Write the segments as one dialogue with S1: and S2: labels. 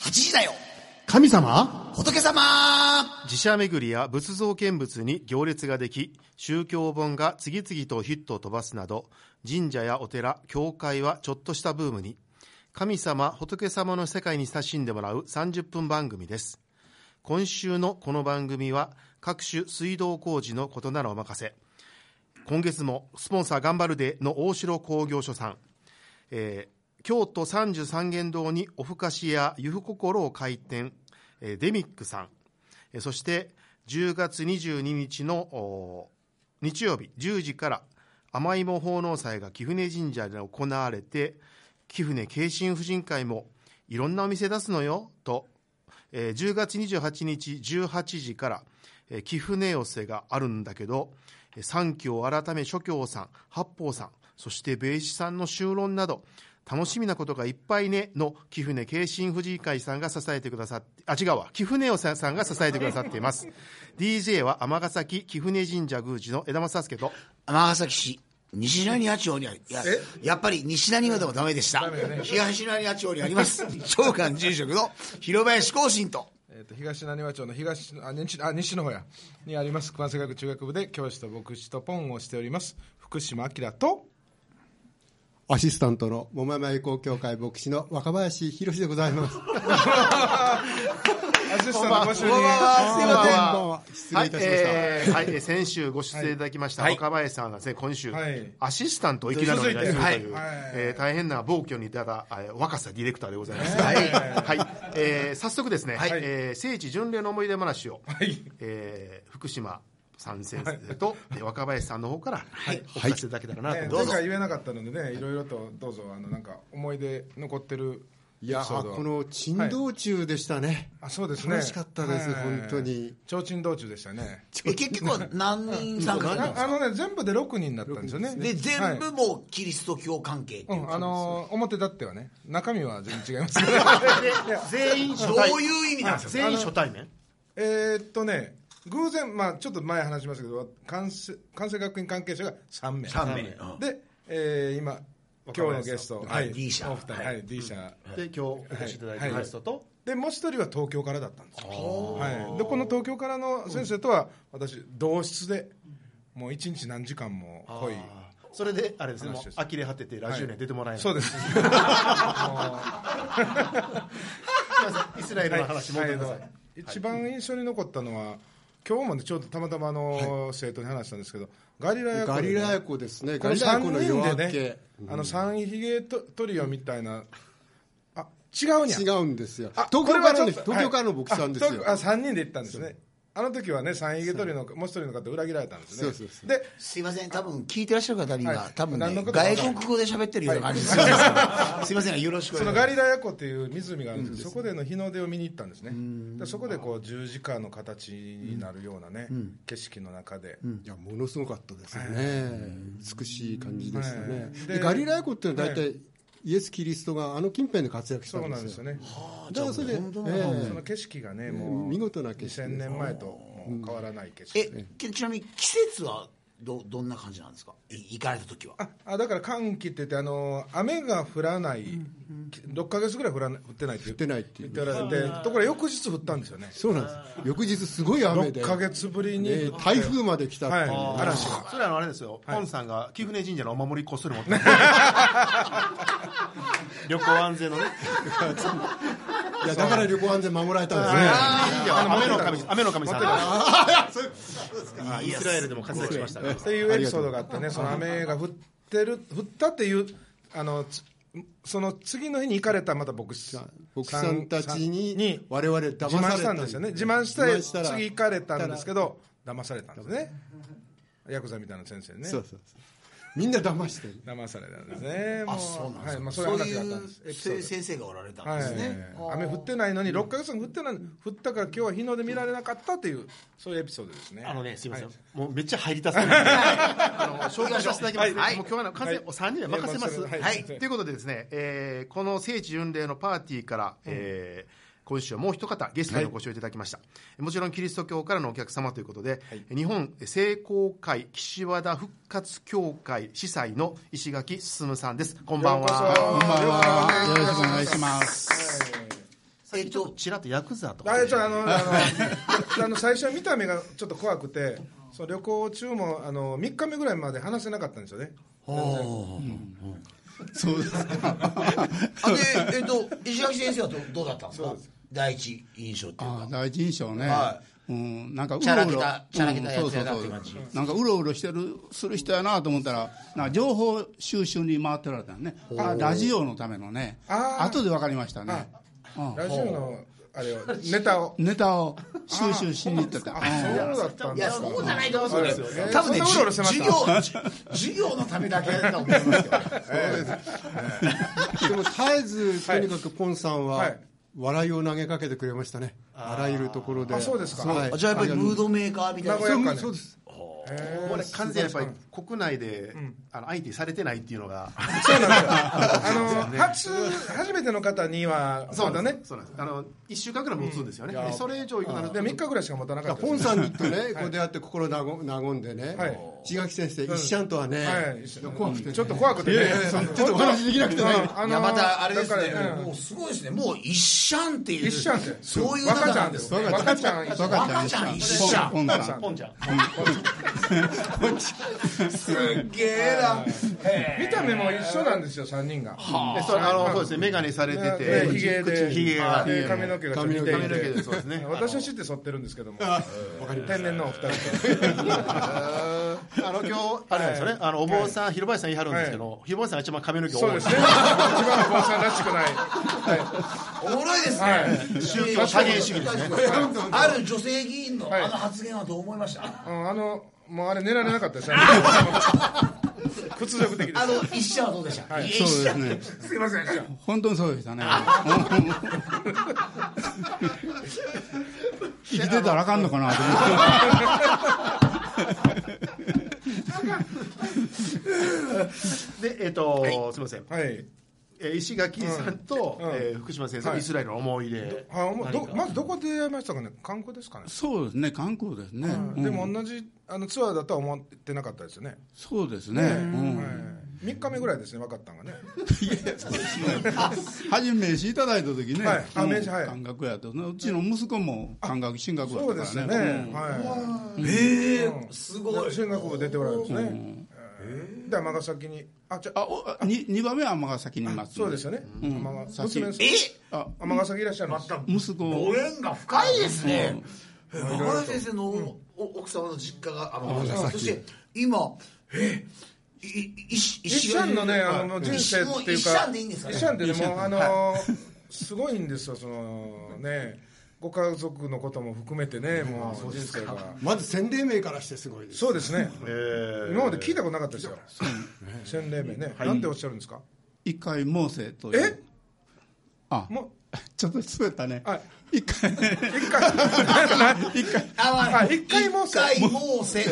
S1: 8時だよ
S2: 神様
S1: 仏様
S3: 寺社巡りや仏像見物に行列ができ宗教本が次々とヒットを飛ばすなど神社やお寺教会はちょっとしたブームに神様仏様の世界に親しんでもらう30分番組です今週のこの番組は各種水道工事のことならお任せ今月もスポンサー頑張るでの大城工業所さん、えー京都三十三間堂におふかしやゆふ心を開店、えーデミックさん、えーそして10月22日のおー日曜日10時から甘いも奉納祭が貴船神社で行われて貴船慶心婦人会もいろんなお店出すのよと、えー10月28日18時から、えー貴船寄せがあるんだけどえー三教改め諸教さん八方さんそして米子さんの修論など楽しみなことがいっぱいねの貴船慶心婦人会さんが支えてくださってあ違うわ貴船寄せさんが支えてくださっています DJ は尼崎貴船神社宮司の枝松助と
S1: 尼崎市西成八丁には、いや、やっぱり西成はでもダメでした。東成八丁にあり ます。長官住職の広林光信と。
S4: えー、と東なにわ町の東あ西あ西の方やにあります熊瀬学中学部で教師と牧師とポンをしております福島明と
S2: アシスタントの桃山愛好協会牧師の若林博でございます。
S4: アシスタントご主人
S2: すいませんこんばんは失礼いたしまし
S3: は
S2: た
S3: いえーはいえー先週ご出演いただきました若林さんがですね今週
S4: はい
S3: アシスタントをいきなりお願いするという
S4: はいはい
S3: えー大変な暴挙に出たえー若狭ディレクターでございますはいえー早速ですねえー聖地巡礼の思い出話を
S4: い
S3: えー福島さん先生とえー若林さんの方からお聞かせいただけたらなと思い
S4: ね
S3: ます
S4: 前回言えなかったのでねいろいろとどうぞあのなんか思い出残ってる
S2: いや
S4: エピソー
S2: ー
S4: ドを
S2: この珍道中でしたね。
S4: あそうですね
S2: 楽しかったです
S4: はい
S2: 本当に
S4: 提灯道中でしたね
S1: え結局は何人参加
S4: あ
S1: だ
S4: あのね全部で6人だったんですよね
S1: で、
S4: は
S1: 全
S4: い
S1: 部もうキリスト教関係って
S4: う、
S1: いうん
S4: あのー表立ってはね中身は全然違いますけどいや
S3: 全員初
S1: ど
S3: 対
S1: ういう意味なんですか
S3: 全員初対面
S4: えーっとね偶然、まあ、ちょっと前話しましたけど関西関西学院関係者が3名
S1: 三名うん
S4: で、えー今今日のゲスト、
S1: はい D 社
S4: お二人、
S1: はい
S4: はい D 社
S3: で今日お越しいただいたゲストと
S4: でもう一人は東京からだったんですよ、はい、でこの東京からの先生とは私同室でもう一日何時間も濃い
S3: あーそれであれですねもう
S4: 話です
S3: 呆れ果ててラジオには出てもらえない
S4: そうです
S3: イスラエルの話戻ってください、
S4: 一番印象に残ったのは今日もねちょっとたまたまあの、生徒に話したんですけどガリラヤ
S2: ガ
S4: 湖でね
S2: リラヤ湖ですね。
S4: こ
S2: ガ
S4: の
S2: リラヤ湖
S4: 3
S2: の夜明
S4: 人で
S2: け、
S4: ね、あの三ひげトトリオみたいな、あ違うにゃ
S2: 違うんですよ。
S4: あ
S2: 東
S4: こ
S2: 京
S4: れ
S2: か
S4: はち
S2: ら
S4: ょっ
S2: ね
S4: と
S2: 東京からの牧師さんです
S4: はい
S2: よ。
S4: あ三人で行ったんですね。あの時はね三ひげトリオのもう一人の方裏切られたんですね。
S2: そうそうそ
S4: で。
S1: すいません、多分聞いてらっしゃる方には
S4: は、い
S1: 多分ね
S4: 何の、ことか
S1: 外国語で喋ってるような感じですよ。 すいません、よろしくお
S4: その
S1: 願いします。
S4: ガリラヤ湖っていう湖があるんですけど、そこでの日の出を見に行ったんですね、でそこでこう十字架の形になるようなね、景色の中で、
S2: いやものすごかったですよね、美しい感じでしたね、
S4: はい
S2: で
S4: で
S2: ガリラヤ湖っていうのは大体、イエス・キリストがあの近辺で活躍した
S4: そうん
S2: で
S4: なんですす
S2: よ
S4: よね、
S2: だからそれで、え
S4: その
S2: え
S4: 景色がね、もう
S2: 見事な景色です
S4: 2000年前ともう変わらない景色、
S1: え、けちなみに季節はど、どんな感じなんですかい行かれた時は。
S4: ああだから寒気って言ってあの雨が降らない、6か月ぐらい降らな降ってないって降って
S2: ないっていう
S4: 言っておられてところが翌日降ったんですよね
S2: そうなんです翌日すごい雨で
S4: 6か月ぶりに、
S2: ええ台風まで来たっていう、
S4: はい嵐が
S3: それはあれですよ、ポンさんが貴船神社のお守りこっそり持 ってる旅行安全のね
S2: い、やだから旅行安全守られたんですね、
S3: 雨の神雨の神さんが
S1: あい
S3: イ
S1: や
S3: スラエルでも活躍しましたから
S4: っていうエピソードがあってねその雨が降ってる降ったっていうあのつその次の日に行かれたまた牧師さん
S2: 牧師さんたちに我々騙
S4: 自慢し
S2: さ
S4: た
S2: れ
S4: ん
S2: た
S4: ですよね自慢して
S2: 自慢したら
S4: 次行かれたんですけど騙されたんですねヤクザみたいな先生にね
S2: そうそうそうみんな騙してる
S4: 騙されたんですね。も
S1: あ、そうなんです
S4: はい、
S1: か
S4: まあ、そ
S1: そう
S4: いう
S1: う
S4: 話があっ
S1: い
S4: たん
S1: う
S4: です。エ、ピソ
S1: そういう
S4: ー
S1: 先生がおられた
S4: ド。
S1: ん
S4: は
S1: で
S4: い
S1: すね。あー
S4: 雨降ってないのに、六ヶ月間降ってない、降ったから、今日は日の出見られなかったっていう、そういうエピソードですね。
S3: あのねすいません、
S4: は
S3: もうめっちゃ入りたすぎてあの紹介させていただきます、
S1: はい
S3: もう今日は完全、お三人で任せます、
S4: はい
S3: はい
S4: はい
S3: ということでですね、えーこの聖地巡礼のパーティーから、えー今週はもう一方ゲストにご視聴いただきました、もちろんキリスト教からのお客様ということで、日本聖光会岸和田復活協会司祭の石垣進さんですこんばんは
S4: ようこそ
S2: こんばん
S4: よ
S2: は
S4: ろしくお願いします
S2: よろしくお願いします
S3: さっきちょっとちらっとヤクザとか
S4: あれちょあのあの あの最初は見た目がちょっと怖くてそう旅行中もあの3日目ぐらいまで話せなかったんですよね
S2: そうです
S1: あで、えっと、石垣先生はどどうだったんですか第一印象っ ていう
S2: あ
S1: か。
S2: 第一印象ね、
S1: は
S2: うん、なんかうろ
S1: チャラ
S2: う
S1: け
S2: ろ
S1: たチャラけたやつやな
S2: うんそう
S1: ってい
S2: そう
S1: う
S2: そ
S1: 感
S2: うなんかうろうろしてるする人やなと思ったらなんか情報収集に回ってられたのねあラジオのためのね
S4: あー
S2: 後で分かりましたねうん
S4: ラジオのあれをネタを
S2: ネタを収集しに行ってた
S4: あそうだったん
S1: いや、
S4: だ
S1: そうじゃないと思うんですよね
S4: そうですよ ね
S1: 多分ね、
S4: そんなうろうろしてま
S1: 授
S4: した
S1: 業、じ授業のためだけだと思いますけど。
S2: でも絶えずとにかくポンさんは、
S4: はい
S2: 笑いを投げかけてくれましたねあらゆるところであ
S4: あそうですか
S2: はい、
S1: あじゃあやっぱりムードメーカーみたい
S4: 名
S1: な。
S4: 古屋
S1: そ
S4: 感
S2: そうです
S3: これ完全にやっぱり国内で、あの相手されてないっていうのが
S4: そうなんですよあの初初めての方には
S3: そう
S4: ま
S3: な
S4: だ
S3: んですそ
S4: ね
S3: うなんですあの1週間くらい持つんですよね、
S4: うん
S3: でそれ以上いくなる
S4: で
S3: と
S4: 3日ぐらいしか持たなかった
S2: ポ
S4: で
S2: ン
S4: す
S2: さんとね、こう出会って心和ご和んでね、
S4: はい
S2: 千垣先生、一シャンとはね、
S4: はい一緒
S2: 怖くてね、
S4: ちょっと怖くてね
S2: ちょっとお話できなくてね、
S4: うんあ
S1: いや、またあれですね
S4: だから、
S1: もうすごいですね。もう一シャンっていう。
S4: 一シャンって
S1: そういう
S4: 若
S1: 中
S4: ちゃ
S1: なんん
S4: で
S1: ですす。
S4: 若ちゃん
S2: 若ちゃん
S1: 若ちゃん
S2: ポンさん、
S3: ポンちゃん
S1: すっげえな。へ
S4: 見た目も一緒なんですよ3人が
S3: でそれあのそうですね眼鏡されてて
S4: でひげで
S3: ひげが
S4: で髪の毛がちょっと似てい
S3: 髪の毛
S4: て
S3: でそうですね
S4: 私は知って剃ってるんですけども天然のお二人
S3: あの今日あれなんですよね、あのお坊さん、広林さん言い張るんですけど、広林さんが一番髪の毛多い
S4: そうですね一番お坊さんらしくないは
S1: えおもろいです
S4: は
S1: ね。宗
S3: 教多元主義です
S1: ね。ある女性議員のあの発言はどう思いました
S4: いうんあのもうあれ寝られなかったですね屈辱的で
S1: あ
S4: す
S1: の一社はどうでした。いや
S2: そう
S1: 一
S2: で
S1: 社
S2: すね、
S4: すいません
S2: 本当にそうでしたね、生きてたらあかんのかなと思って、
S3: でえっ、と、すみません、
S4: はい
S3: えー石垣さんと、
S4: ん
S3: えー福島先生の
S4: はい
S3: イスラエルの思い出、
S4: あもうどまずどこで出会いましたかね観光ですかね
S2: そうですね、観光ですね、うん
S4: でも同じあのツアーだとは思ってなかったですよね
S2: そうですね、うん
S4: 3日目ぐらいですね分かったんがね
S2: 初め名刺いただいた時ね、
S4: はいあ
S2: うん
S4: 名刺はい
S2: 感覚やと、うちの息子も感覚、進学だ
S4: そう
S2: っ
S4: で
S2: た
S4: す
S2: か
S4: よ
S2: ら
S4: ね
S2: ね。うん
S4: は
S1: ええ
S4: い
S1: すごい。
S4: 進学部出ておられるんですねで尼崎にあちょ
S2: あおあに二番目は尼崎にいます。
S4: そうですよね尼
S2: 先
S4: 娘さん
S1: え、
S2: あ
S4: 尼崎いらっしゃるんです
S2: 息子
S1: ご
S2: を
S1: 縁が深いですね。え中谷先生のお奥様の実家があのそして今えいい石
S4: 一
S1: 石
S4: シャンのねあの
S1: はい
S4: 人生っていう
S1: 石シャ
S4: か
S1: ンでいいんですかね。
S4: 一シャンってでもあのすごいんですよそのねご家族のことも含めてねもう人生が
S2: まず洗礼名からしてすごいで。
S4: そうですね
S3: えー
S4: 今まで聞いたことなかったですよ洗礼名ねなんておっしゃるんですか
S2: 一回モーセという。
S4: え
S2: あ
S4: も
S2: ちょっと滑ったね
S4: はい。
S2: 一回
S4: う一回
S2: 一回
S1: あまあ
S4: あ一回もう
S1: 一回もうせ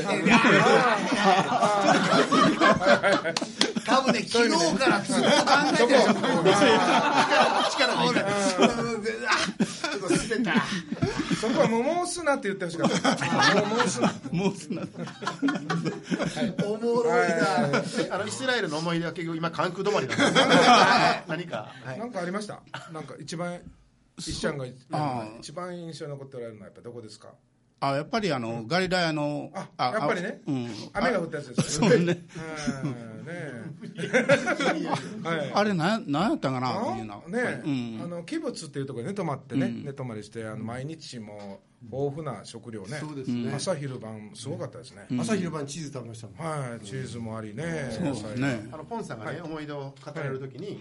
S1: 多分ね昨日からずっと考えてる
S4: そこ
S1: 力が入らないうんであちょっと捨てた
S4: そこはもう申すなって言ってほしかった。もう申すな。
S2: モーセな。
S1: おもろいな
S3: であのイスラエルの思い出は結局今関空止まりなんです けど何か、はい
S4: なんかありました。なんか一番。一社が
S2: ああ
S4: 一番印象に残っておられるのはやっぱどこですか。
S2: あやっぱりあのガリラヤの
S4: あ
S2: あ
S4: やっぱりね
S2: うん。
S4: 雨が降ったやつです
S2: そ
S4: よね。
S2: うね。
S4: うんね え。はい。
S2: あれなんなんやったかなっていう
S4: あ
S2: の。
S4: ね
S2: う
S4: え
S2: ん。
S4: あのキブツっていうところにね泊まってね寝泊まりしてあの毎日もう豊富な食料ね。
S5: そうですね
S4: 朝昼晩すごかったですね。
S5: 朝昼晩チーズ食べましたもん、
S4: はいチーズもありね。
S2: そうですね。
S3: あのポンさんがね、思い出を語られるときに、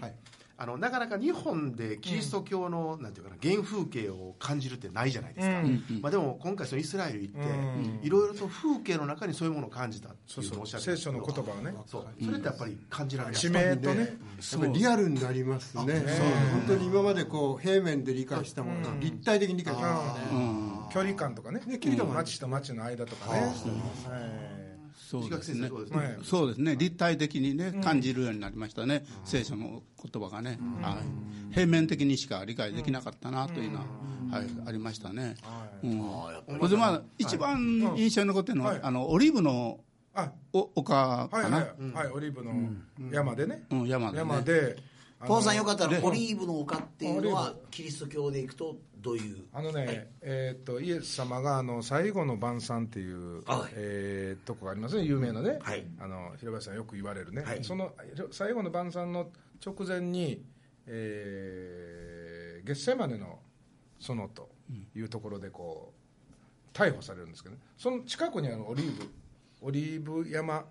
S3: あのなかなか日本でキリスト教の、なんていうかな原風景を感じるってないじゃないですか、まあ、でも今回そのイスラエル行って、
S4: うん
S3: いろいろと風景の中にそういうものを感じたって
S4: そ
S3: いうう
S4: そ
S3: のをお
S4: う
S3: っしゃって
S4: 聖
S3: ました
S4: 書
S3: け
S4: の
S3: ど
S4: 言葉をね。
S3: そうそれってやっぱり感じられます
S4: 地名とね。
S2: そ
S5: やっぱり
S2: う。
S5: リアルになりますねそう本当に今までこう平面で理解したものが立体的に理解してますね、
S4: 距離感とかね
S5: 距離感もある
S4: 町と町の間とかね、はい
S2: そう
S3: 石
S2: で
S3: 垣
S2: す
S3: 先生そ。うで
S2: ね
S3: す
S4: は
S3: ね
S4: い
S2: そうですね、立体的にね、感じるようになりましたね、聖書の言葉がね、はい、平面的にしか理解できなかったなというのは、はい、ありましたね。うんそれでまあ、一番印象に残ってるのは、
S4: はい
S2: あのオリーブの
S4: あ
S2: お丘
S4: はい
S2: か
S4: はい
S2: な、
S4: はい、オリーブの山でね、
S2: うん、山で、ね
S4: 山で
S1: ポンさんよかったらオリーブの丘っていうのはキリスト教でいくとどういう
S4: あのね、えー、とイエス様があの最後の晩餐っていう、
S1: はい
S4: えーとこがありますね、有名なね、
S1: はい
S4: あの平林さん、よく言われるね、
S1: はい
S4: その最後の晩餐の直前に、えー、ゲッセマネの園というところでこう逮捕されるんですけど、ね、その近くにあのオリーブ、オリーブ山っ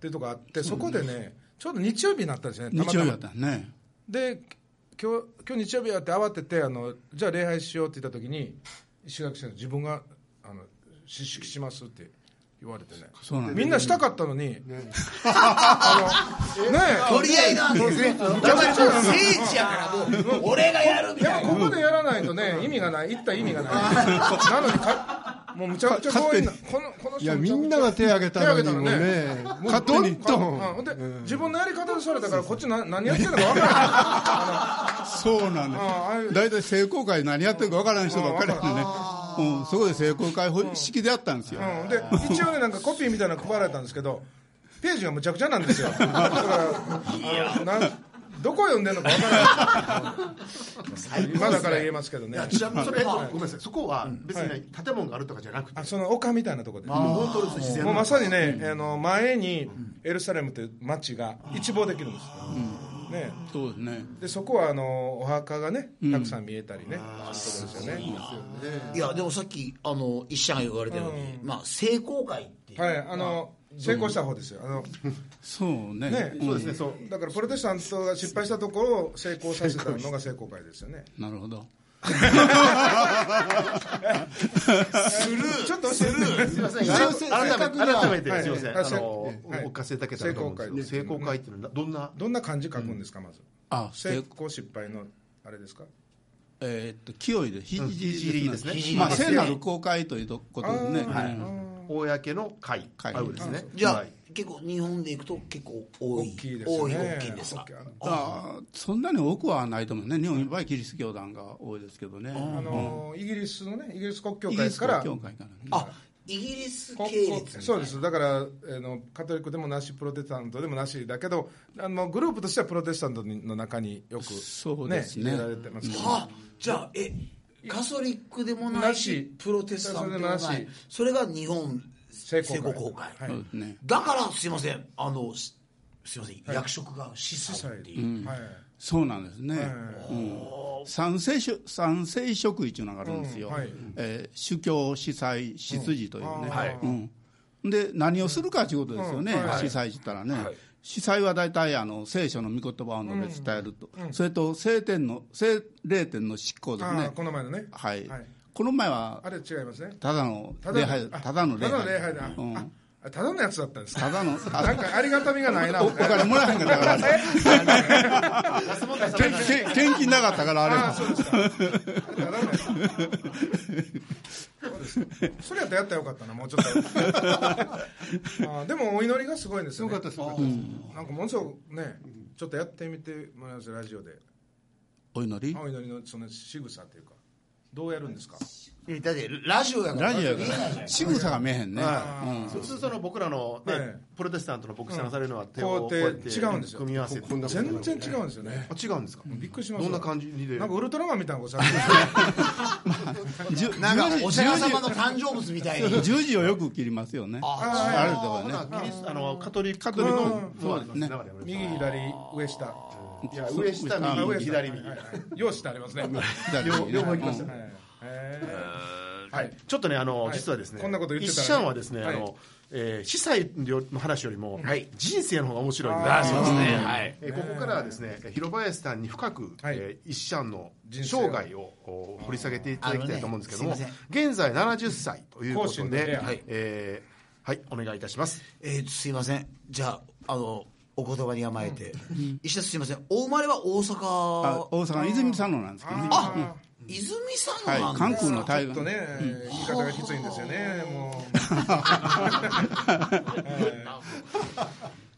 S4: ていうとこがあって、そこでね、ちょうど日曜日になったんですよね、たま
S2: 日
S4: た
S2: 曜
S4: ま
S2: 日だったね
S4: で今日今日日曜日やって慌ててあのじゃあ礼拝しようって言った時に石垣先生自分があの失職しますって言われてね
S2: そうなんだ
S4: みんなしたかったのに、あのね
S1: とりあえずなんですねだからもう聖地やからもう俺がやるみ
S4: えや
S1: た
S4: っ
S1: い
S4: ぱ
S1: な
S4: ここでやらないとね意味がない行った意味がないなのにかもうむちゃくちゃ強引なこのこの
S5: い
S4: 人
S5: や
S4: む
S5: み
S4: ちゃくちゃ
S5: んなが手挙げたのにも
S4: 手挙
S5: ねもう
S4: 勝
S5: 勝手
S4: 手に
S5: に言ったもん
S4: うん、ほんで、自分のやり方でされたからこっちな何やってるのか分からない
S2: そうなんで
S4: あああいう
S2: す大体聖公会何やってるかわからない人ばっかりやねうん、そこで聖公会式であったんですよ、
S4: うん、で一応ねなんかコピーみたいなの配られたんですけどページがむちゃくちゃなんですよだからあのなんどこ読んでんのかわからない今だから言えますけどね
S3: ちなみにそれ、えっとごめんなさい、そこは別にね、建物があるとかじゃなくて、
S4: あその丘みたいなところで
S3: もう本当に自然
S4: もう
S3: の
S4: まさにね、あの前にエルサレムという街が一望できるんですよ、ね、
S2: そうですね
S4: でそこはあのお墓がねたくさん見えたりね、そうですよね
S1: いやでもさっきあの石社が言われたように、まあ聖公会っていう、
S4: はいあの成功した方ですよあの
S2: そうね
S4: ね
S2: うん
S4: そうですねそうだからプロテスタントが失敗したところを成功させたのが成功会ですよね
S2: なるほ ど
S4: するちょっと教えて
S3: すみません。
S5: 一応せ
S3: 改め
S5: せっかくな
S3: て
S5: ら
S3: 改めて
S4: はい
S3: すみません。あ
S4: はい
S3: の
S4: はい
S3: お聞かせいただけたらと思うんですけど。成
S4: 成功
S3: 功
S4: 会
S3: 会っていうのはどんな
S4: どんな漢字書くんですかまず
S2: あ
S4: 成
S2: 聖
S4: 功失敗のあれですか
S2: えーっと清いでひ
S3: ひじりですね
S1: ひじりですね
S2: まあ、聖なる公会ということですね、
S4: あー
S2: うん
S3: 公の会
S2: 会
S3: あるんですね。
S1: じゃあ、
S3: はい
S1: 結構日本でいくと結構多い
S4: 大きいですよ
S1: 多い
S4: ね
S1: 大きいんですか
S2: あーそんなに多くはないと思うね、日本いっぱいキリスト教団が多いですけどね、
S4: あのイギリスのねイギリス国教会
S2: ス
S4: から
S2: 教会からね、
S1: あイギリス
S4: こ
S1: 系
S4: こ
S1: 列みたいな
S4: そうですだからあのカトリックでもなしプロテスタントでもなしだけどあのグループとしてはプロテスタントの中によく、ね、
S2: そうですね
S4: 入れられてますけど、
S1: はじゃあえカソリックでもないし
S4: なし
S1: プロテスタントでもない
S4: そ
S1: そ
S4: れでもなし
S1: れが日本
S4: 聖公会
S1: 公公会、
S4: はい
S2: そうですね、
S1: だからすいませんあのしすいません、役職が司祭っていう、
S4: はい
S2: そうなんですね、うん、三聖職三聖職位というのがあるんですよ、
S4: うんはい
S2: えー主教、司祭、執事というね、うん
S4: はい
S2: で何をするかということですよね、
S4: うんはい
S2: 司祭って言ったらね。司祭は大体あの聖書の御言葉を述べ伝えると、それと聖典の聖霊典の執行です
S4: あ
S2: ね
S4: あ、この前のね
S2: はい
S4: はい
S2: この前は
S4: あれ違いますね
S2: ただの
S4: ただの
S2: 礼拝
S4: あ
S2: ただの礼
S4: ただ
S2: 拝
S4: の礼拝だ、
S2: うん
S4: ああただのやつだったんですか
S2: ただのあ
S4: なんかありがたみがないな
S2: おお金もらえへんかったからあれけけ献金なかったからあれ
S4: ああ
S2: は
S4: そうですかただのやつそうですか それやったらやったらよかったなもうちょっとああでもお祈りがすごいんですよ、ね、
S5: かったですよかった
S4: なんかものすごくねちょっとやってみてもらいますラジオで
S2: お祈り
S4: あお祈りのその仕草というかどうやるんですか
S1: えだってラジオやから
S2: ラジオやから仕草が見えへんね、うん
S3: 普通その僕らの
S4: は
S3: ね
S4: い
S3: プロテスタントの牧師さんがされるのは手
S4: こう
S3: を
S4: や
S3: こ
S4: っ
S3: う
S4: て
S3: やって
S4: 違うんですよ
S3: 組み合わせて。あ
S4: 全然違うんですよね
S3: 違うんですか。
S4: びっくりします
S3: どんな感じで
S4: なん。かウルトラマンみたいなことされてる
S2: じゅ
S1: なんかお釈迦様の
S2: 十
S1: 誕生物みたいに
S2: 字十字をよく切りますよね
S1: あ
S2: あれだからね
S3: キリストあのカトリック
S2: カトリック
S3: の
S2: うん
S3: そうですね。
S4: 右左上下
S3: いや上下
S2: あ
S4: あ上
S3: 右
S4: 下
S3: 左右。
S4: はいはい用紙ってありますねはい
S2: 左
S3: 両両方行きま
S2: う
S3: し
S2: ん
S3: た。
S4: へ
S3: はい、ちょっとね、あの、
S4: はい
S3: 実はですね、
S4: こんなこと言ってたら
S3: 一社はですね、
S4: はい
S3: あの、えー、司祭の話よりも、
S1: はい
S3: 人生の方が面白いん
S4: あーそうです
S1: ねはい
S3: えーここからはですね、広林さんに深く、
S4: はい
S3: えー一社の
S4: 人生を
S3: 生涯をお掘り下げていただきたいと思うんですけども、
S1: あのねすい
S3: 現在70歳というこ
S4: 後
S3: と
S4: 進の
S3: で、
S4: ね
S3: はい、えーはい、お願いいたします。
S1: えー、すいませんじゃああのお言葉に甘えて、石田すいませんお生まれは大
S2: あ
S1: 阪
S2: 大阪の泉佐野なんですけどね
S1: あ
S4: あ
S1: 泉佐野な
S2: は
S1: いんだ
S2: 関空の
S4: ー
S2: 大
S4: ちょっと
S2: 河
S4: ね言い方がきついんですよねも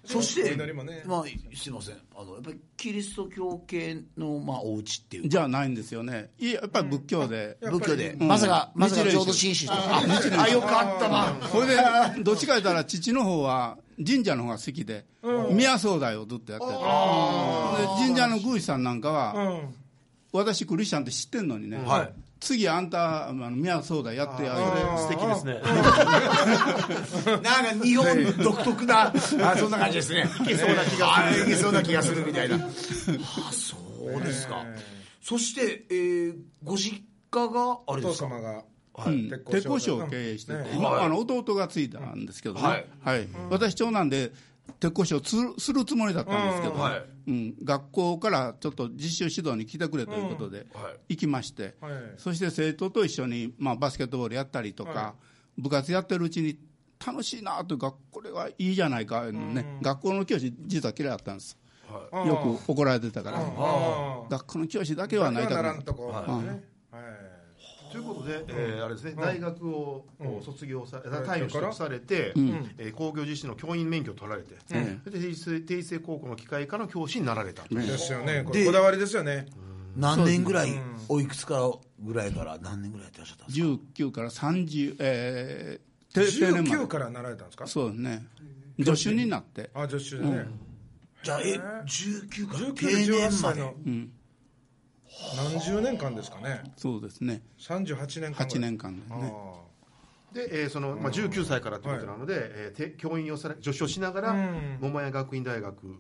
S4: う
S1: そして、
S4: お祈りもね
S1: まあ、すいませんあのやっぱりキリスト教系の、まあ、お家っていう
S2: じゃあないんですよねいややっぱり仏教で、
S4: ゃあ
S1: 仏教で、
S2: ん
S1: まさかまさか
S2: 日蓮宗
S1: 浄土真宗とかああよかったな
S2: これでどっちか言ったら父の方は神社の方が好きで、宮総代をずっとやってたで神社の宮司さんなんかは、
S4: うん
S2: 私クリスチャンって知ってんのにね、
S1: はい
S2: 次あんたあの宮総代やってやる
S3: 素敵ですね
S1: なんか日本独特な、あそんな感じですね。いけそうな気がする。いけそうな気がするみたいな。あ、そうですか。そして、えーご実家があ
S4: お
S1: れで
S4: 父
S1: すか。
S4: 様が
S2: うん鉄
S4: 工
S2: 工
S4: 所
S2: 所を経営してて、
S4: ね
S2: 今あの弟が継いだんですけどね、
S1: は
S2: はいい私長男で鉄工所をつするつもりだったんですけ
S4: う
S2: ど、うんん
S1: はい
S2: 学校からちょっと実習指導に来てくれということで、
S1: うんはい
S2: 行きまして、
S4: はい
S2: そして生徒と一緒に、まあ、バスケットボールやったりとか、
S4: は
S2: 部活やってるうちに楽しいなと学これはいいじゃないか、ね学校の教師実は嫌いだったんです、よく怒られてたから、
S4: あ
S2: 学校の教師だけは
S4: あ
S2: なり
S4: な
S2: たく
S4: な
S2: な
S4: ら
S2: い
S4: んとこなんでねはい
S3: ということで、えーあれですね、大学をこう卒業さ、単位を取得されて、えー工業実習の教員免許を取られて、それで定一制定一制高校の機械科の教師になられたと、
S4: ですよねこ
S1: で
S4: れこだわりですよね
S1: 何年ぐらい、おいくつからぐらいから何年ぐらいやってらっしゃったんですか
S2: 19から30、えー、定定年ま
S4: 19
S2: で
S4: から習えたんですか
S2: そうですね助手になって
S4: あ女子でね
S1: じゃあ、え、19から定
S4: 1918
S1: 年ま
S4: 歳
S1: で
S4: の。何十年間ですかね
S2: そうですね
S4: 38年間
S2: 8年間ですね
S4: あ
S3: で、えーそのまあ、19歳からということなので、えーて教員をされ助手をしながら、
S4: うん
S3: 桃屋学院大学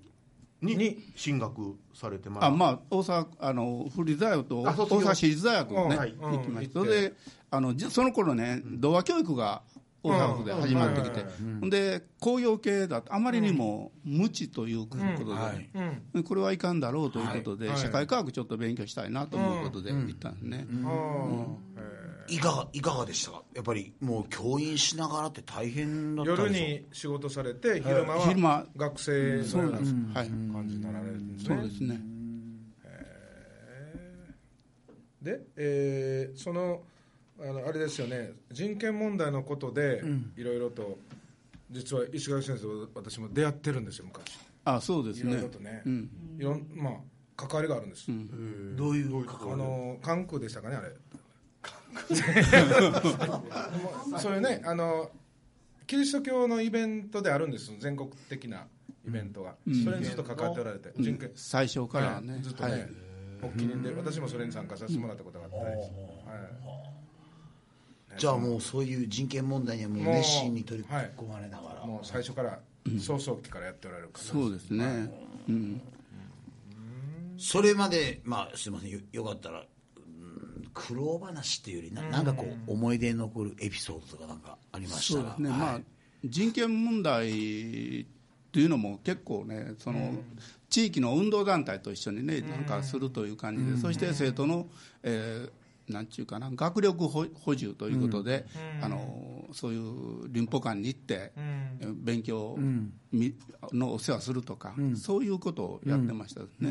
S3: に
S4: に
S3: 進学されてま
S2: あまあ大阪あの府立大学と大
S3: あ卒業
S2: 阪市立大学を
S3: う
S2: ね、
S3: んはい
S2: 行きました
S4: う
S2: そ
S4: ん
S2: れであのじその頃ね童話教育が大阪府で始まってきて、ほんで工業系だとあまりにも無知ということで、
S1: はい
S4: あうん
S2: これはいかんだろうということで、
S4: はいはい
S2: 社会科学ちょっと勉強したいなと思うことで行ったんですね、
S4: あー
S1: いかが、いかがでしたかやっぱり、もう教員しながらって大変だったでしょ
S4: 夜に仕事されて昼間
S2: 昼
S4: は
S2: 間
S4: 学生のような
S2: はい、
S4: 感じになられるんです
S2: そう
S4: ね
S2: ですね
S4: で、えーそのあのあれですよね人権問題のことでいろいろと実は石川先生と私も出会ってるんですよ昔
S2: あそうです
S4: いろい
S2: ね
S4: ろとねいろんまあ関わりがあるんです、
S1: どういう関
S4: あの関空でしたかねあれそれねあのキリスト教のイベントであるんです全国的なイベントが、それにずっと関わっておられて、人権
S2: 最初から
S4: は
S2: ね
S4: い、ずっとね、お気に入りで私もそれに参加させてもらったことがあったりして、はい
S1: じゃあもうそういう人権問題にはもう熱心に取り込まれながら。
S4: もう最初から早々期からやっておられるから、
S2: そうですね、うん、
S1: それまで、まあ、すみませんよよかったら、うん苦労話っていうよりな、なんかこう、思い出に残るエピソードとかなんかありまし
S2: そ
S1: た
S2: う
S1: ら
S2: ですね、
S1: はい
S2: まあ、人権問題というのも結構ね、その地域の運動団体と一緒にね、なんかするという感じで、そして生徒の、えーなんちゅうかな、学力補補充ということで、あのそういう林保館に行って、勉強みのお世話するとか、そういうことをやってましたね。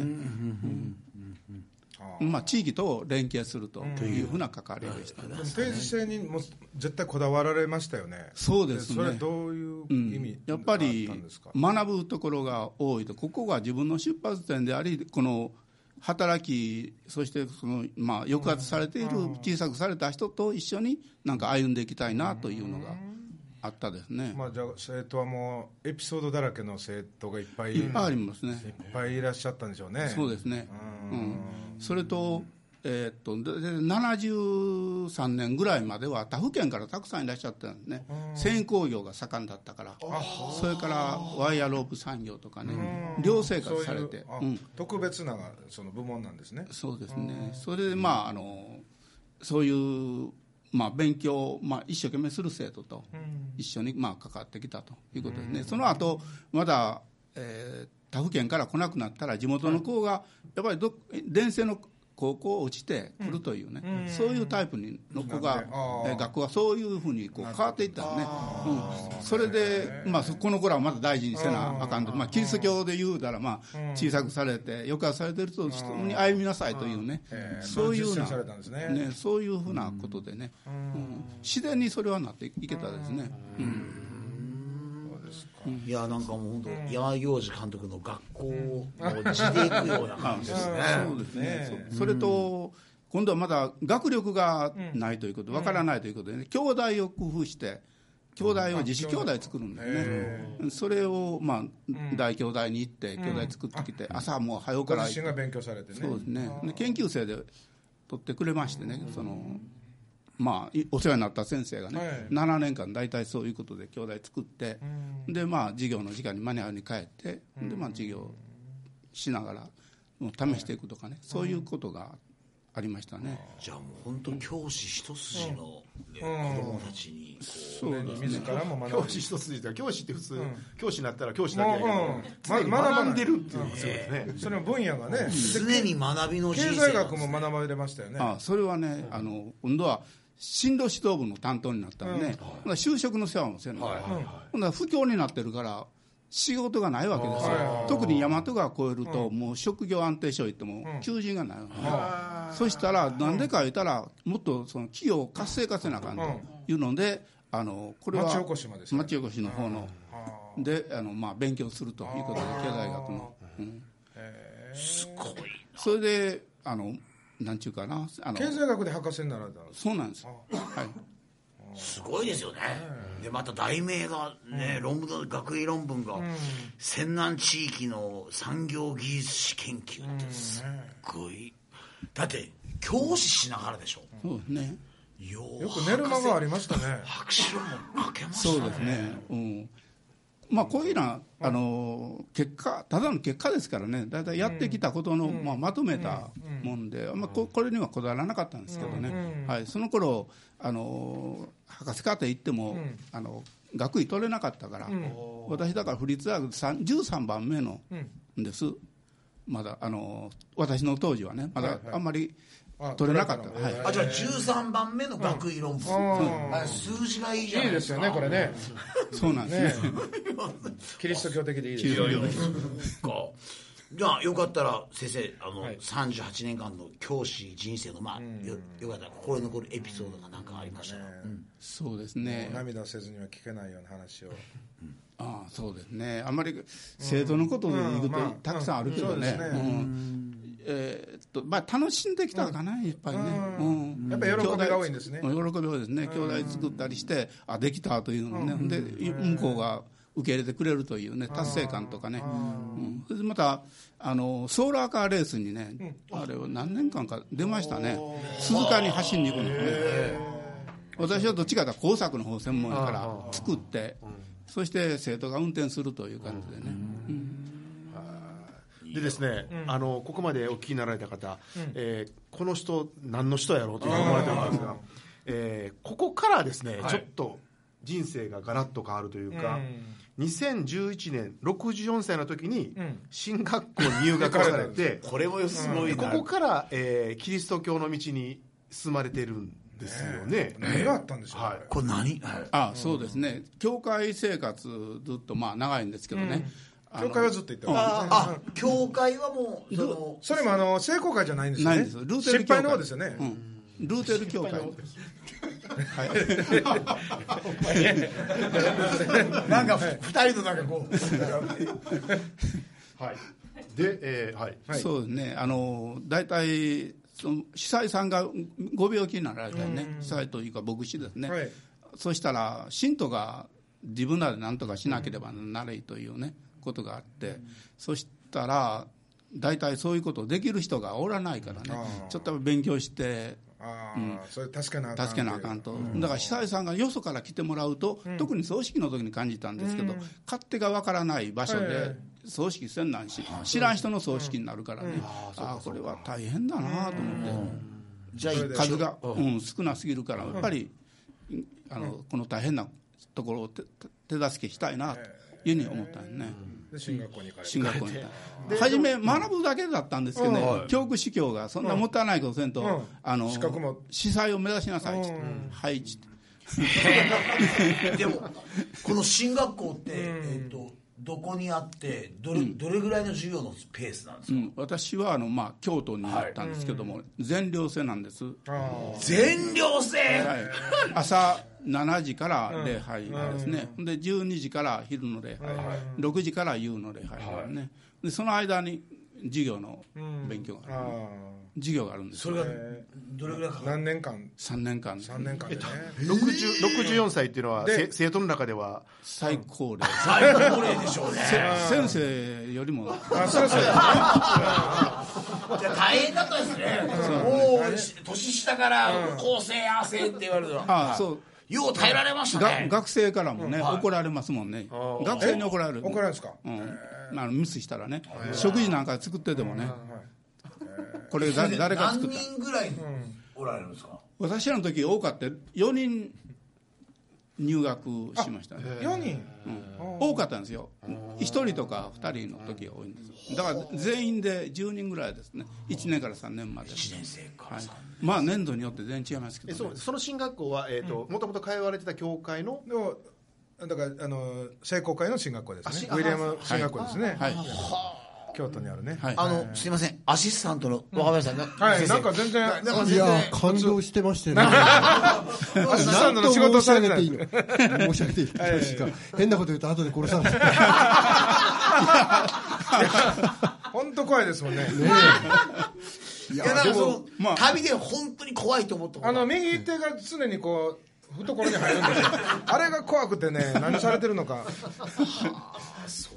S2: うんまあ、地域と連携するというふうな関わりでしたね。
S4: 定時制にもう絶対こだわられましたよね
S2: そうですね
S4: それはどういう意味
S2: やっぱり
S4: があったんですか
S2: 学ぶところが多いと、ここが自分の出発点であり、この働き、そしてその、まあ、抑圧されている、小さくされた人と一緒になんか歩んでいきたいなというのがあったですね、
S4: まあ、じゃあ生徒はもうエピソードだらけの生徒がいっぱい
S2: いっぱいあり
S4: い
S2: ますね、
S4: っぱいいらっしゃったんでしょうね
S2: そうですね、うん、それと、えーっとでで73年ぐらいまでは他府県からたくさんいらっしゃったんですね、繊維工業が盛んだったから、それからワイヤーロープ産業とかね、寮生
S4: そうい
S2: 活
S4: う
S2: されて。
S4: あ
S2: うん
S4: 特別なその部門なんですね
S2: そうですね、それで、まあ、あのそういう、まあ、勉強を、まあ、一生懸命する生徒と一緒に、まあ、関わってきたということですね、その後まだ、えー他府県から来なくなったら、地元の子がやっぱりど連生の高校を落ちてくるというね、そういうタイプにの子
S4: な
S2: が
S4: んであ、ー
S2: えー学校がそういうふうにこう変わっていったのね、うん、それで、まあ、そこの頃はまだ大事にせなあかんと、まあ、キリスト教で言うたら、まあ、小さくされて、抑圧されてると人に歩みなさいというね、
S4: えー
S2: そういう
S4: そ
S2: ふう
S4: れ実
S2: な
S4: 践されたんですね
S2: ね、そういうふうなことでね、うん自然にそれはなっていけたですね。うん
S4: そうですか
S1: いやなんかもう本当、山行司監督の学校を地で行くような感じ ですね。
S2: そうですね。そそれと、今度はまだ学力がないということ、わからないということでね、兄弟を工夫して、兄弟を自主兄弟作るんだよね。それを、まあ、大兄弟に行って、兄弟作ってきて、朝もう早うか
S4: ご
S2: ら行っ
S4: 自身が勉強されてね
S2: そうですね、で研究生で取ってくれましてね、そのまあ、いお世話になった先生がね、
S4: はい
S2: 7年間、大体そういうことで兄弟作って、でまあ、授業の時間にマニュアルに帰って、でまあ、授業しながら、もう試していくとかね、そういうことがありましたね。
S1: じゃあもう本当教師一筋の、ね子供たちにこ
S2: そうですね
S4: 自らも学
S3: 教
S4: ぶ
S3: 師一筋では教師って普通、教師になったら教師だけ
S4: も
S3: や
S4: う
S3: けど、
S4: うん
S3: ま
S4: ま
S3: 学んでるっていうのがすごいですね、
S4: それも分野がね
S1: う常に学びの人
S4: 経
S1: 生な
S4: 済
S1: ん
S4: 学
S1: です
S4: も学ばれましたよね
S2: あそれはね、あの今度は進路指導部の担当になったんで、ねほんなら就職の世話もせんの、ほんなら不況になってるから、仕事がないわけですよ、特に大和川越えると、もう職業安定所行っても、求人がないわけ、そしたら、なんでか言ったら、もっとその企業を活性化せなあかんというので、あのこれは
S4: 町おこしまでですね
S2: 町おこしの方の、であの、まあ、勉強するということで、経済学の。うん
S1: すごい
S2: それであのなんちゅうかなあの
S4: 経済学で博士になられたんです
S2: そうなんですよ。はい。
S1: すごいですよね、でまた題名がね、論文の学位論文が、泉南地域の産業技術史研究ってすっごい、だって教師しながらでしょ、
S2: そうですね。
S1: よ
S4: よく寝る間がありましたね
S1: 拍手をかけました
S2: そ
S1: ね
S2: うですね。うん。まあこういうのはあの結果ただの結果ですからね。だいたいやってきたことのまあまとめたもんで、まあここれにはこだわらなかったんですけどね。はい。その頃あの博士課程行ってもあの学位取れなかったから、私だから不立大学三13番目のです。まだあの私の当時はねまだあんまり
S4: あ
S2: 取れなかった。
S4: 取れ
S2: は
S4: ないかっ。
S1: あじゃあ13番目の学位論文、
S4: うん
S1: あれ数字がいいじゃ
S4: い
S1: ないい
S4: で
S1: ですす
S4: よ
S1: か
S4: ねこれね
S2: そうなんですね。
S4: キリスト教的でいいですよね
S1: かじゃあよかったら先生あの、38年間の教師人生のまあ、よよかったら心に残るエピソードが何かありましたら、うん
S2: そうですね。
S4: 涙せずには聞けないような話を
S2: ああそうですね、あんまり生徒のことで言うと
S4: うんまあ
S2: たくさんあるけどね、
S4: うんそうです
S2: う
S4: ね
S2: んえーっとまあ、楽しんできたかな、やっぱりね、うん
S4: やっぱり喜びが多いんですね
S2: 兄弟喜びが多いですね、兄弟作ったりして、あできたというのね、で向こうが受け入れてくれるというね、達成感とかね、うんそれでまたあの、ソーラーカーレースにね、あれを何年間か出ましたね、鈴鹿に走りに行くのね。私はどっちかというと工作の方専門やから作って、そして生徒が運転するという感じでね、
S3: でですね、あのここまでお聞きになられた方、えーこの人何の人やろうというふうに思われてるんですが、えーここからですね、ちょっと人生がガラッと変わるというか、2011年64歳の時に進学校に入学され て、
S1: これもすごい
S3: こ
S1: な、
S3: こから、えーキリスト教の道に進まれてるんですよね。
S4: 何があったんでしょうね
S3: はい
S1: これ何、はい
S2: ああそうですね、教会生活、ずっとまあ長いんですけどね、あの
S4: 教会はずっと言ってます
S1: ああ教会はもうその
S4: それもあの聖公会じゃないんですよ
S2: ない
S4: ね
S2: んですよルーテル
S4: 失
S2: 教会
S4: 敗の方ですよね
S2: うんルーテル教会、
S1: なんか二人のなんかこう
S3: はい、で、えーはい、
S4: はい
S2: そうですね、あの大体、その司祭さんがご病気になられたりね、司祭というか、牧師ですね、
S4: はい
S2: そしたら、信徒が自分らで何とかしなければならないというね、ことがあって、そしたら、大体そういうことできる人がおらないからね、ちょっと勉強して、
S4: ああそれ助けなあかん
S2: 助けなあかんと、だから久井さんがよそから来てもらうと、特に葬式の時に感じたんですけど、勝手がわからない場所
S4: は
S2: で
S4: い
S2: 葬式せんなんし、知らん人の葬式になるからね、ああ、これは大変だなと思って、
S1: じゃあ一回
S2: 数が、うん、少なすぎるから、やっぱり、あのこの大変なところを手手助けしたいなというふうに思ったんですね。
S4: で進学校に行かれて
S2: 進学校に初め学ぶだけだったんですけどね、教区司教がそんなもったいないことせんと、
S4: ん
S2: あの
S4: 資格も
S2: 司祭を目指しなさいって、はいち
S1: でもこの進学校って、えっとどこにあってどれ,、どれぐらいの授業のペースなんです
S2: う
S1: か、
S2: ん私はあの、まあ、京都にあったんですけども、全寮制なんです、は
S4: ああ
S1: 全寮制、
S2: い、朝7時から礼拝ですね、で12時から昼の礼拝、6時から夕の礼拝ですね、でその間に授業の勉強がある、授業があるんです
S1: そ
S2: よ
S1: れがどれぐらいかかる
S4: 何年間
S2: 3年間
S4: 3年間でね
S3: 64歳っていうのは
S4: で
S3: せ生徒の中では
S2: 最高齢、
S1: 最高齢でしょうね
S2: 先生よりも
S4: あそうそう
S1: じゃあ大変だったですねもうし年下から構成合わせって言われるの
S2: ああそう
S1: よう耐えられました
S2: が
S1: ね
S2: 学生からもね、怒られますもんね学生に怒られる
S4: 怒られるんですか
S2: うん、あのミスしたらね食事なんか作っててもねこれだ誰が作
S1: 何
S2: った
S1: 人ぐらいおられるんですか
S2: 私らの時多かった4人入学しましたね
S4: 4人
S2: 多かったんですよ1人とか2人の時が多いんですよだから全員で10人ぐらいですね1年から3年まで
S1: 1年生か
S2: は
S1: ら
S2: い
S1: さ、
S2: まあ年度によって全然違いますけ
S3: え
S2: ど
S3: そ
S2: ね
S3: うその進学校は、えーともともと通われてた教会の
S4: でもだからあの聖公会の進学校ですねウィリアム進学校ですね
S2: はい
S4: 京都にあるね
S2: はい
S1: あのすいませんアシスタントの若林さんが
S4: はいなんか全然
S1: ななんか
S5: い
S1: 全
S5: や
S1: 然
S5: 感動してましたよね
S4: アシスタ
S5: な
S4: ン
S5: ん
S4: トの
S5: と
S4: 仕事
S5: 申
S4: を
S5: し
S4: さ
S5: 上
S4: れて
S5: げ
S4: な
S5: てい
S4: い
S5: いの申し上げていいのしか変なこと言うと後で殺 される
S4: 本当怖いですもんね
S1: いやだからその、旅で本当に怖いと思ったこと
S4: あの右手が常にこう懐に入るんですよあれが怖くてね何されてるのか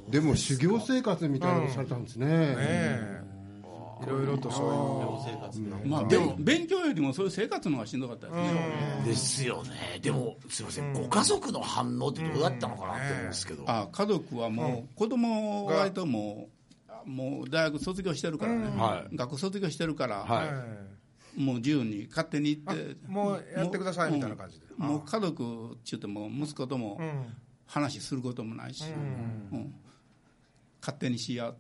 S5: でも修行生活みたいなのされたんですね
S4: ええいろいろとそ
S2: まあでも勉強よりもそういう生活の方がしんどかったですね
S1: ですよねでもすいません、ご家族の反応ってどうだったのかなって思うんですけど、
S2: あ家族はもう子供は割ともうあもう大学卒業してるからね、学校卒業してるから、
S4: ういう、
S2: もう自由に勝手に行って
S4: もうやってくださいみたいな感じで
S2: もう家族っちゅっても息子とも話することもないし、うん勝手にしやと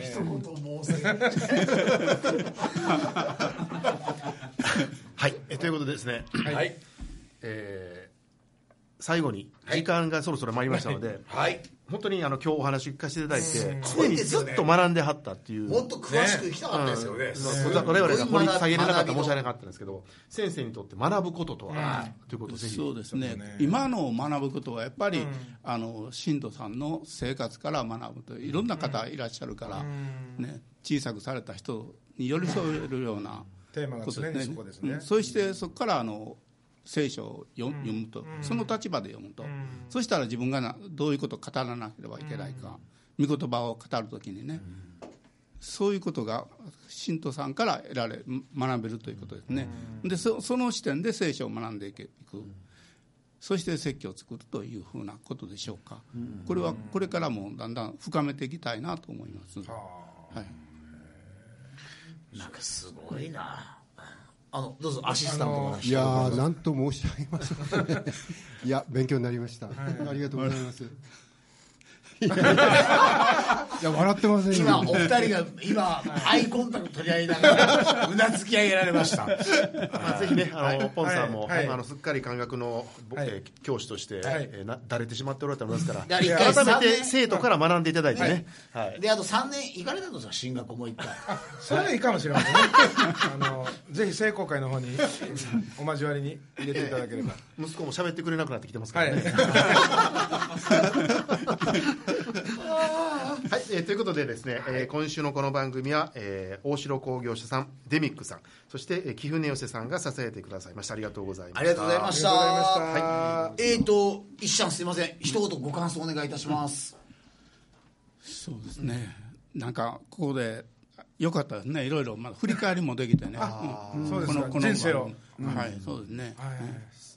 S1: 一言申せない
S3: はい、えということでですね、
S1: はい
S3: えー最後に時間がそろそろ参りましたので、
S1: はい
S3: 本当にあの今日お話聞かせていただいて、
S1: すご
S3: 常
S1: い
S3: に
S1: ですよ
S3: ず
S1: ね
S3: っと学んではったっていう、
S1: もっと詳しく聞きたかったですよね、
S3: そう我々が掘り下げれなかった、申
S1: 面
S3: し訳
S1: 白い
S3: なかったんですけど、先生にとって学ぶこととは、ということをぜひ、
S2: そうですね今のを学ぶことはやっぱり、あの信徒さんの生活から学ぶといろんな方いらっしゃるから、ね、小さくされた人に寄り添えるような
S4: テーマが常にそこです
S2: う
S4: ね
S2: んそしてそこからあの聖書を読む読むと、その立場で読むと、そしたら自分がなどういうことを語らなければいけないか、御言葉を語るときにね、そういうことが信徒さんから得られ学べるということですね、でそその視点で聖書を学んでいく、そして説教を作るというふうなことでしょうか、これはこれからもだんだん深めていきたいなと思います。はい
S1: なんかすごいなあのどうぞアシスタントの話
S5: いやーなんと申し上げます ねいや勉強になりましたありがとうございますいやいやいや笑ってませんよ
S1: 今お二人が今アイコンタクト取り合いながらうなずき上げられました
S3: まあ、ぜひね、あのポンさんも、
S4: はいはい
S3: あのすっかり感覚の、ぼえー教師として、
S4: はい
S3: えーなだれてしまっておられたと思いますか
S1: や
S3: ら、
S1: 一回
S3: 改め
S1: 三
S3: て
S1: 年
S3: 生徒から学んでいただいてね、はい
S1: であと3年行かれたんですか進学もう一回
S4: それいいかもしれませんねあのぜひ聖公会の方にお交わりに入れていただければ
S3: 息子も喋ってくれなくなってきてますか
S4: は
S3: ら
S4: い
S3: ね。はい、えーということでですね、えー今週のこの番組は、えー大城工業者さん、デミックさん、そして、えー、貴船寄せさんが支えてくださいました。ありがとうございました。
S1: ありがとうございました
S4: あ
S1: えーと一ちゃんすいません一言ご感想お願いいたします
S2: そうですね、なんかここでよかったですね、いろいろまあ振り返りもできてね、うん
S4: そうですか人生を、
S2: はい、そうですね、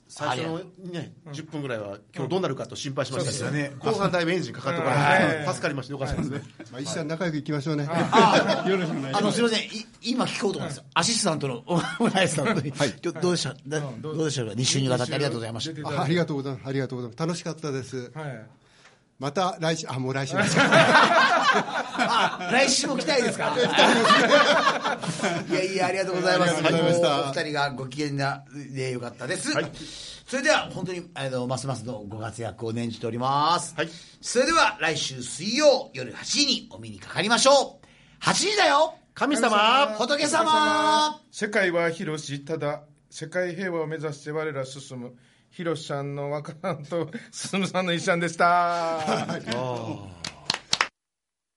S3: 最初のね、10分ぐらいは今日どうなるかと心配しましたけど、
S1: そうですよね
S3: 後半だいぶエンジンかかっておから、
S4: はい
S3: 助かりました。よかったですね。
S5: まあ一緒に仲良くいきましょうね
S2: よろしくお願い
S1: あ
S2: し
S1: のい
S2: ますす。
S1: ませんい今聞こうと思いますアシスタントの お前さんにちょっとどうでしただどうでしたか2週にわたってありがとうございました
S4: 出ていただいて
S5: あありがとうございますありがとうございます楽しかったです
S4: はい
S5: また来週あもう来週です
S1: あ来週も来たいですか。いやいやありがとうございます。
S5: ありがとうございました
S1: もうお二人がご機嫌なで良かったです。それでは本当にあのますますのご活躍を念じております。
S3: はい
S1: それでは来週水曜夜8時にお見にかかりましょう。8時だよ。
S3: 神様
S1: 仏様
S4: 世界は広しただ世界平和を目指して我ら 進む広しさんの若さんと進さんの一さんでした。